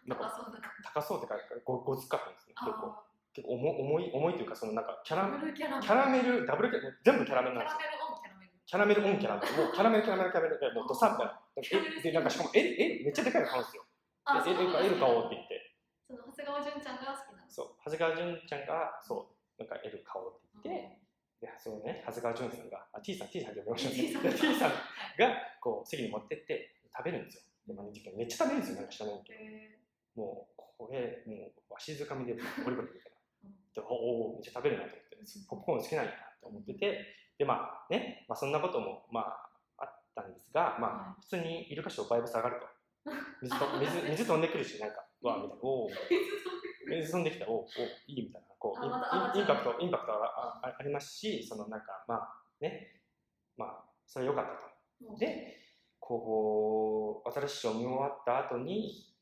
なんあかそうだか高そうって書いてあるから、ごごつかったんですね。結構、あ結構重重い、重いというか、そのなんか、キャダラ、ブルキャラメルキャラメル、ダブルキャラメル、全部キャラメルキャなんですよラ。メルオンキャラメルキャラメルオンキャラメル、もうキャラメルキャラメルキャラメルで、もうドサンみたいな。えで、なんかしかも、え、え、めっちゃでかいの買うんですよ。あえ、そうなんだえ、L 買おうって言って。その長谷川純ちゃんが好きなのそう、長谷川純ちゃんが、そう、なんか L 買おうって言って、でで、そのね、長谷川純さんが、あ、T さん、T さんって呼びました T さんね。で T さんが、こう、席に持ってって、食べるんですよ。で、まあ、めっちゃ食べるんですよ、なんか知らないけど。えもう、これ、もう、わしづかみで、ゴリゴリみたいなうん。で、おお、めっちゃ食べるなと思って、ポップコーン好きなんやなって思ってて、で、まあね、まあそんなことも、まあ、あったんですが、まあ、は普通にイルカショーバイブス上がると。 水と水水飛んでくるし、なんか、うわ、みたいな、おお、水飛んできた、おお、おいいみたいな、こう、あまたあインインインパクじゃト、インパクトああありますし、そのなんか、まあね、まあ、それは良かったと。いもうで、こう、新しい賞を見終わった後に、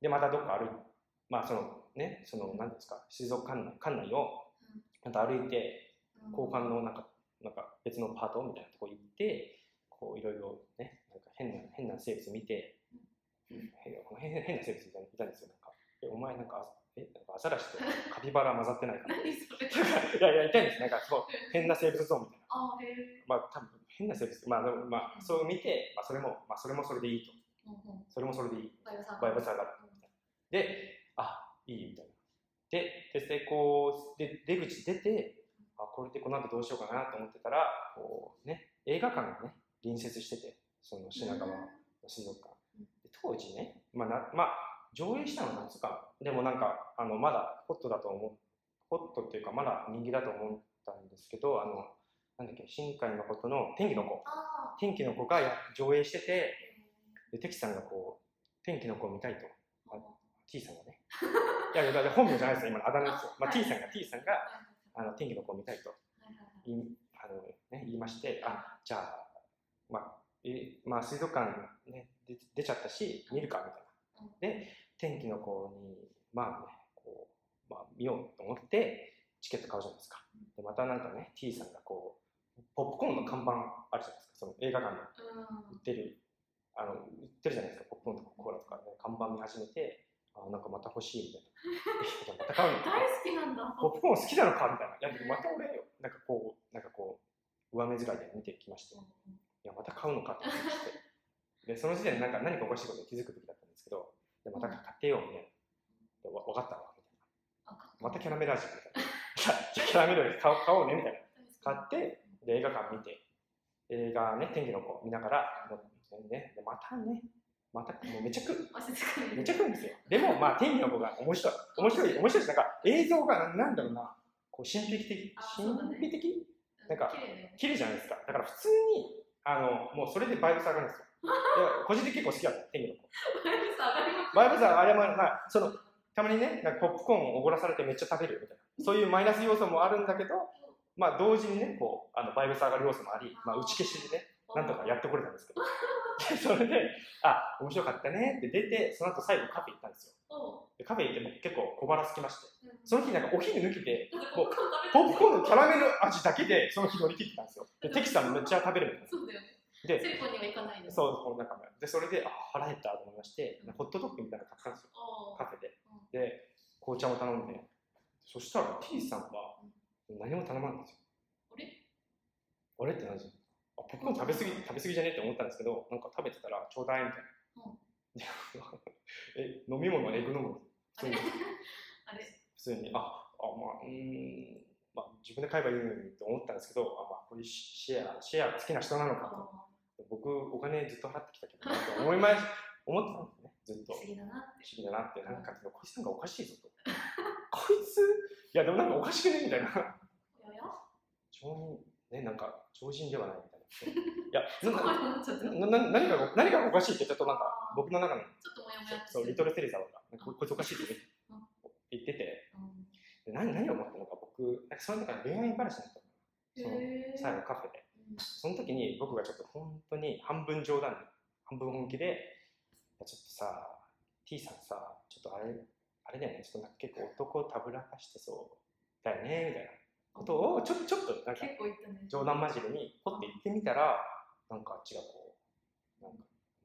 で、またどっか歩いまあ、そのね、その、なんていうんですか、静岡館内館内をうん、また歩いて、うん交換のなんか、なんか別のパートみたいなとこ行って、こう、いろいろね、なんか変な、変な生物見て、変な変変な生物いたいたんですよ、なんか。え、お前なんか、え、なんかアザラシとカピバラ混ざってないかな。 何それいやいや、いたいんです、なんか、そう、変な生物ゾーンみたいな。あへえまあ多分変な生物まあでもまあそう見て、まあ、それも、まあ、それもそれでいいとうんうんそれもそれでいいバイブさんバイブス上がるみたいなであいいみたいなでででこうで出口出てあこれでこの後どうしようかなと思ってたらこうね映画館がね隣接しててその品川の水族館うんで当時ねまあなまあ上映したのは夏かでもなんかあのまだホットだと思うホットっていうかまだ人気だと思ったんですけどあのなんだっけ新海誠の「天気の子」あ天気の子がや上映してーて、へで、テキさんがこう、天気の子を見たいと、ーあ T さんがね。いや、いやだって本名じゃないですよ、今のあだ名ですよ。まあ、はい T さんが、T さんが、はあの、天気の子を見たいといはいはい言い、あの、ね、言いまして、あ、じゃあ、まあ、えまあ、水族館、ね、で出ちゃったし、見るか、みたいな。うん天気の子に、まあね、こう、まあ、見ようと思って、チケット買うじゃないですか。で、またなんかね、T さんがこう、ポップコーンの看板あるじゃないですか、その映画館の。うん売ってるあの、売ってるじゃないですか、ポップコーンとかコーラとかね、看板見始めて、あ、なんかまた欲しいみたいな。いやまた買うの 大好きなんだ。ポップコーン好きなのかみたいな。いや、でもまた俺よ。なんかこう、なんかこう、上目遣いで見てきまして、いや、また買うのかって思いまして。で、その時点でなんか何かおかしいことに気づくべきだったんですけど、でまた買ってよ、みたいな。でわ分かったわ、みたいな。またキャラメル味、みたいな。じゃあじゃあキャラメル味買おう買おうね、みたいな。買って、で、映画館見て、映画ね、天気の子見ながら、もうね、でまたね、また、もうめちゃく、あ静かにめちゃくちゃいいんですよ。でも、まあ、天気の子が面白い。面白い、面白いし、なんか映像がななんだろうな、こう神秘的、あそうだね神秘的なんか綺麗ね綺麗じゃないですか。だから普通に、あの、もうそれでバイブス上がるんです よ。いや個人的に結構好きだった、天気のバ子。イブス上がりますバイブスはあれも、まあ、その、たまにね、なんかポップコーンをおごらされてめっちゃ食べるみたいな。そういうマイナス要素もあるんだけど、まあ、同時にね、こう、あのバイブス上がる要素もあり、まあ、打ち消しでね、なんとかやってこれたんですけど。でそれで、あ、面白かったねって出て、その後最後カフェ行ったんですよ。おうでカフェ行っても結構小腹空きまして、うんその日なんかお昼抜きで、だってポもうップコーン食べたポップコーンのキャラメル味だけで、その日乗り切ってたんですよ。で、テキさんめっちゃ食べるみたいそうだよね。な。セで、リコンには行かないの。そう、この中もで、それで、あ、腹減ったと思いましてうん、ホットドッグみたいなの買ったんですよ、おうカフェで。で、紅茶を頼んで、そしたら T さんは何も頼まないんですよ。あれあれって何ですあ、ポップコーン食べ過ぎ、食べ過ぎじゃねって思ったんですけど、なんか食べてたらちょうだいみたいな。で え、飲み物はエグ飲むの普あ通れに。あれ普通に、あ、あまあ、うーん、まあ、自分で買えばいいのにと思ったんですけど、あまあ、これシェア、シェア好きな人なのあかのと。僕、お金ずっと払ってきたけどなと思いまし、思ってたんですね、ずっと。不思不議だなって。思議だなって、なんか、こいつなんかおかしいぞと。 こいつ、いや、でもなんかおかしくねみたいな。おやおや常人、ね、なんか、常人ではないみたいな。いや、なんか、怖いなちょっと。ちょっなな何かが何かがおかしいって、ちょっとなんか、僕の中の、ともやもやっとそう、リしてトる。ル・テレザーが、なんかここいつおかしいってう言ってて、うんで何何を思ったのか、僕、なんかそれなんか恋愛話になったの。そうへー最後カフェで。その時に僕がちょっと本当に半分冗談で、半分本気で、いやちょっとさ、T さんさ、ちょっとあれ、あれだよね、ちょっとなんか結構男をたぶらかしてそうだよね、みたいなことを、ちょちょっとなんか結構いったね。冗談交じりに、ポって言ってみたら、なんかあっちがこう、なんか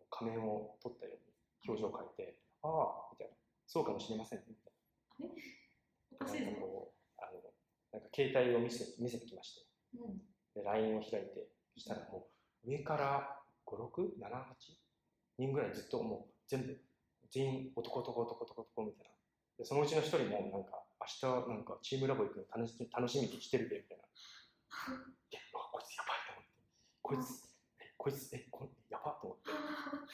仮面を取ったように表情を変えて、ああ、みたいな、そうかもしれませんね、みたいおかしいな。なんねか。こう、あの、なんか携帯を見せて見せてきまして。うん。で、LINE を開いて、したらもう、上から5、6、7、8人ぐらいずっともう、全部、全員、男、男、男、男、男みたいな。で、そのうちの一人も、なんか、明日、なんか、チームラボ行くの楽し楽しみにしてるで、みたいな。いや、あこいつやばいと思って。こいつ、え、こいつ、え、こやばっと思って。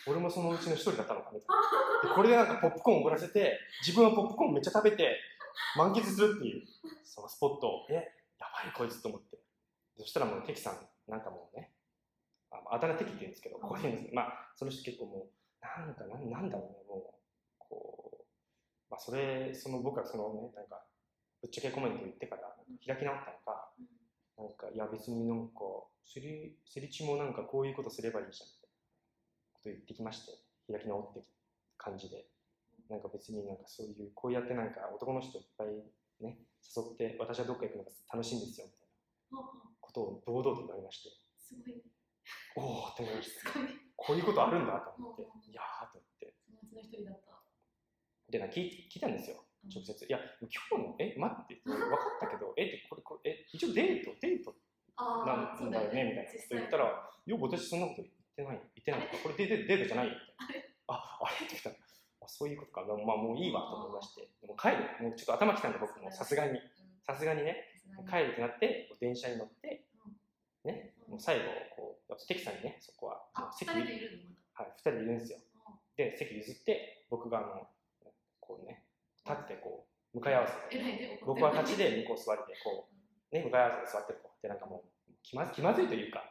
俺もそのうちの一人だったのかみたいな。でこれでなんかポップコーンをおごらせて、自分はポップコーンめっちゃ食べて、満喫するっていう、そのスポットを、え、やばいこいつと思って。そしたらもうテキさん、なんかもうね、ああだ名テキって言うんですけど、こういうんですまあ、その人結構もう、なんか、なんなんだろうね、もう、こう、まあ、それ、その僕はそのね、なんか、ぶっちゃけコメント言ってから、開き直ったのか、なんか、いや別になんか、すり、すりちもなんかこういうことすればいいじゃんってこと言ってきまして、開き直って感じで、なんか別になんかそういう、こうやってなんか男の人いっぱいね、誘って、私はどっか行くのが楽しいんですよ、みたいあなあことを堂々と言われまして、すごい。おおって思いました。すごい。こういうことあるんだと思って、うんうんいやーと思って。そのうちの一人だった。で、なんか聞い聞いたんですよ。直接、いや、今日の、え、待って、分かったけど、え、ってこれ、これ、え、一応デート、デートあなあ、そんうだだよよね、みね。たいなこと実際言ったら、よく私そんなこと言ってない、言ってないとか、これデートデートじゃないよ、みたいな。あ、あれって言ったら、あそういうことか、まあまあもういいわと思いまして、でも帰る、もうちょっと頭きたんで僕も、さすがに、うんさすがにね、さすがに帰るってなって、こう電車に乗って、ね、うんもう最後、こう、関さんにね、そこは、もうあ、二席、人はい、でいるのまだ。二人いるんですよ。うんで、席譲って、僕があの、こうね、立ってこう、向かい合わせえて、らいね、怒って僕は立ちで向こう座りで、こう、ね、向かい合わせで座ってる子で、なんかもう、気まず気まずいというか、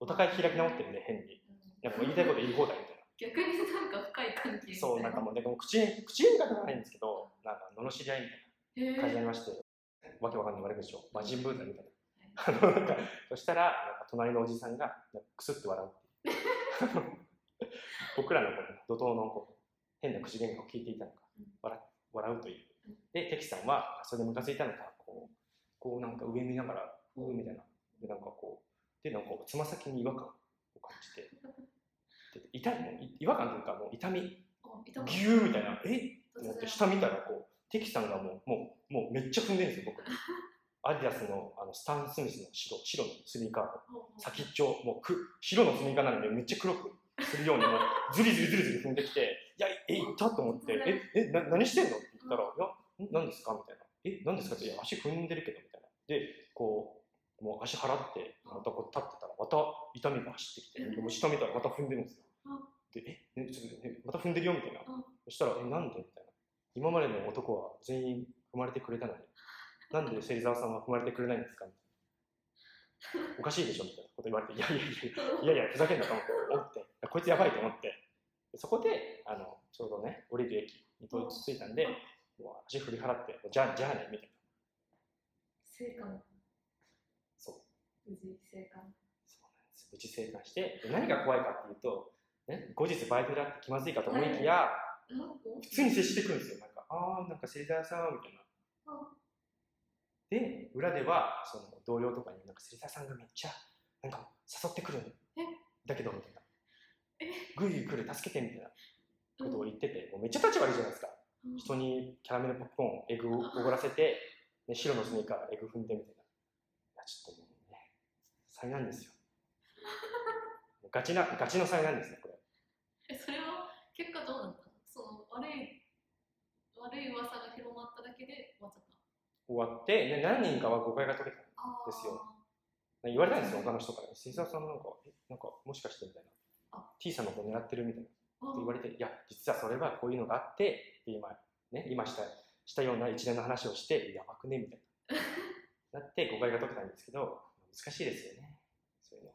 お互い開き直ってるんで、変に。うんなんかもう言いたいこと言い放題みたいな。逆になんか深い関係そう、なんかももう、なんかもう口に、口にかではないんですけど、なんか、罵り合いみたいな感じになりまして、わけわかんない悪口を、魔人ブーだみたいな。あのなんかそしたらなんか隣のおじさんがなんかクスッと笑うっていう 僕らのこの怒涛のこう変な口喧嘩を聞いていたのかうん笑笑うといううんでテキさんはそれでムカついたのかこうこうなんか上見ながら「うーみたいなでなんかこうでなんかつま先に違和感を感じて ちょっと痛いもうい違和感というかもう痛みギお痛かったューみたいなえっ突と然思って下見たらこうテキさんがもうもうもうめっちゃ踏んで るんですよ僕アディダスのあのスタン・スミスの白白のスニーカーおをう先っちょもうく白のスニーカーなのにめっちゃ黒くするようにもうズリズリズリズリ踏んできて「いやえいった?」と思って「ええな何してんの?」って言ったら「いやん何ですか?」みたいな「え何ですか?」って「いや足踏んでるけど」みたいなでこうもう足払ってまたこう立ってたらまた痛みが走ってきてもう下見たらまた踏んでるんですようんで「えねちょっと、ね、また踏んでるよ」みたいなうんそしたら「えなんで?」みたいな今までの男は全員踏まれてくれたのになんで芹沢さんは踏まれてくれないんですかみたいなおかしいでしょみたいなこと言われて「いやいやいやいやいや、ふざけんなと思って、思って、こいつやばいと思って、そこで、あの、ちょうどね、降りる駅に到着着いたんで、もう足振り払って、じゃあ、じゃあね、みたいな。生還そう。無事生還そうなんです。無事生還して、で何が怖いかっていうと、ね、後日バイトで会って気まずいかと思いきや、うんお普通に接してくるんですよ。なんか、ああ、なんか芹沢さん、みたいなうん。で、裏では、その同僚とかに、なんか芹沢さんがめっちゃ、なんか誘ってくるんえだけど、みたいなえ。ぐいぐい来る、助けて、みたいなことを言ってて、もうめっちゃ立ち悪いじゃないですか。うん人にキャラメルポップコーン、エグをおごらせて、ね、白のスニーカー、エグ踏んで、みたいな。いや、ちょっともうね、災難ですよ。もうガチな、ガチの災難ですね、これ。えそれは結果どうなったのその悪い悪い噂が広まっただけで終わっちゃった終わって、ね、何人かは誤解が解けた。あーですよ言われたんですよ、他の人から。芹沢さんなんか、え、なんか、もしかしてみたいなあ。 T さんの方狙ってるみたいな。あって言われて、いや、実はそれはこういうのがあって、で今、ね、今した、したような一連の話をして、やばくねみたいな。なって、誤解が解けたんですけど、難しいですよね。そういうの。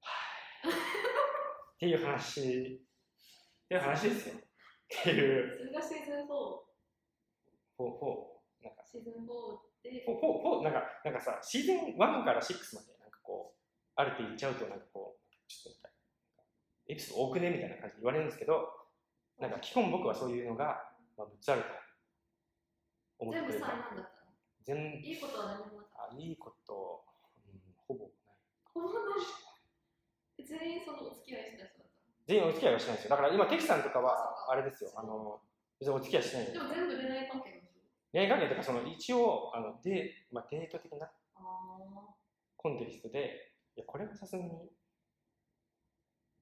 はいっていう話、っていう話ですよ。っていう、それがシーズン4ほうほう、なんか、シーズン4でほうほうほう、なんか、なんかさ、シーズン1から6まで、なんかこう、あるって言っちゃうと、なんかこう、ちょっとなんか、エピソード多くねみたいな感じで言われるんですけど、なんか基本僕はそういうのが、まあ、ぶつあると思って全部る災から難だったの全いいことは何もなかっあいいこと、うん、ほぼない。たほんまない全員そのお付き合いした人だっ全員お付き合いはしないんですよ。だから今、テキさんとかそうは、かあれですよ、あの、別にお付き合いしないんたででも全部恋愛関係なんでしょ恋愛関係とか、その一応、あのデ,、まあ、デート的なああコンテキストで、いや、これはさすがに、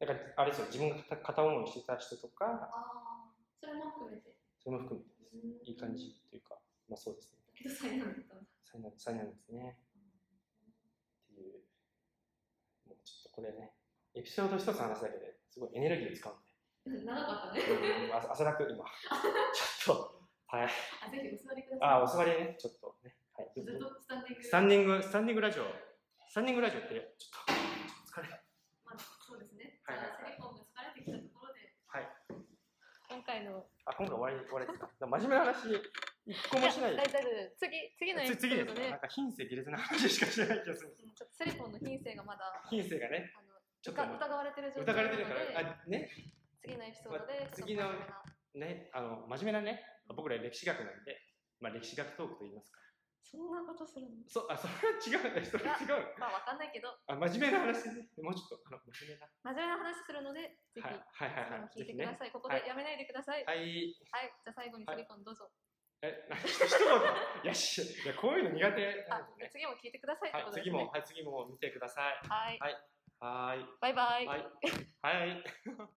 だから、あれですよ、自分が片片思いしてた人とか、ああそれも含めてそれも含めてです。うんいい感じというか、まあそうですね。だけど災難だったんだ災難、災難ですね。っていう、もうちょっとこれね、エピソード一つ話すだけですごいエネルギー使うんで。うん長かったねうんあ汗だく今。ちょっと、はあい。ぜひお座りくださいあ、お座りね、ちょっとね。はい、ずっとスタンディングスタンディング、スタンディングラジオ。スタンディングラジオって、ちょっと、ちょっと疲れた。まあそうですねじはいはいゃあセリフォンが疲れてきたところではい。今回のあ、今回終わり、終わりですか。でも真面目な話、一個もしない。大丈夫次次のエピつソ次でーすドね。ねなんか品性下劣な話しかしない気がするんです。うんちょっとセリフォンの品性がまだ品性がね、あのちょっとが疑われてる状態疑わなれのでてるから、あ、ね、次のエピソードでまあ次のね、あの、真面目なね、僕ら歴史学なんで、まあ歴史学トークと言いますか。そんなことするのそう、あ、それは違うね、それは違う。 まあわかんないけどあ、真面目な話ね。もうちょっと、あの、真面目な。真面目な話するのでぜひ、はい、はいはいはい。次ぜも聞いてくひねだ。さい、ここでやめないでくださいはい、はい。じゃあ最後にセリフォンどうぞ、え、なんか一言。いや、し、いや、こういうの苦手なんですあね。次も聞いてくださいってはいこ、とです次ねも、はい、次も見てください。はいはい。はーい。バイバイはい。はい。